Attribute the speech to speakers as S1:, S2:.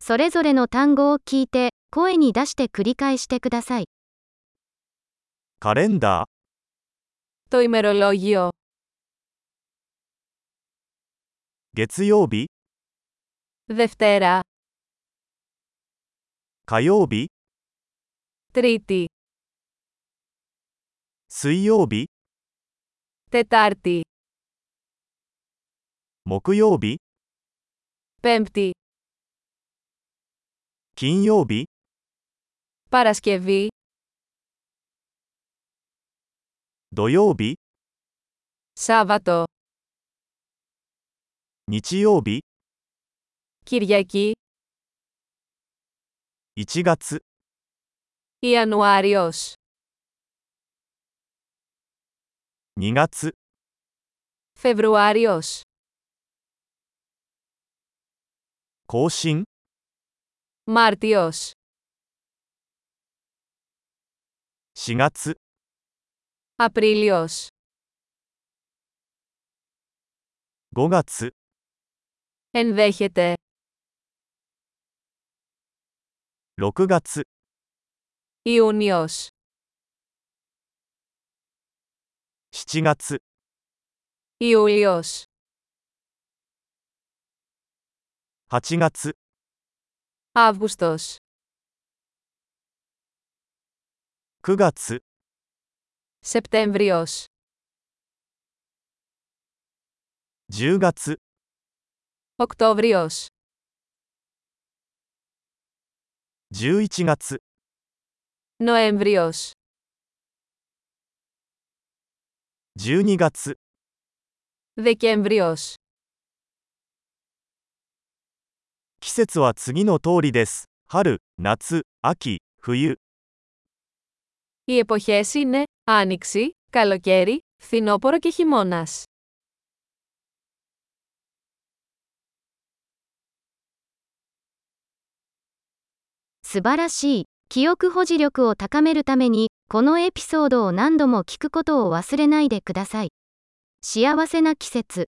S1: それぞれの単語を聞いて、声に出して繰り返してください。
S2: カレンダー、
S3: Το ημερολόγιο.
S2: 月曜日、
S3: Δευτέρα.
S2: 火曜日、
S3: Τρίτη.
S2: 水曜日、
S3: Τετάρτη.
S2: 木曜日、
S3: Πέμπτη.
S2: 金曜日、
S3: Παρασκευή.
S2: 土曜日、
S3: Σάββατο.
S2: 日曜日、
S3: Κυριακή.
S2: 1月、
S3: Ιανουάριος.
S2: 2月、
S3: Φεβρουάριος.
S2: 更新、
S3: Μάρτιος.
S2: 4月、
S3: Απρίλιος.
S2: 5月、
S3: Ενδέχεται.
S2: 6月、
S3: Ιούνιος.
S2: 7月、
S3: Ιούλιος.
S2: 8月、
S3: Αύγουστος.
S2: 9月、
S3: Σεπτέμβριος.
S2: 10月、
S3: Οκτώβριος.
S2: 11月、
S3: Νοέμβριος.
S2: 12月、
S3: Δεκέμβριος.
S2: 季節は次の通りです。春、夏、秋、冬。
S3: Οι εποχές είναι Άνοιξη, Καλοκαίρι, Φθινόπορο και Χειμώνας.
S1: 素晴らしい。記憶保持力を高めるために、このエピソードを何度も聞くことを忘れないでください。幸せな季節。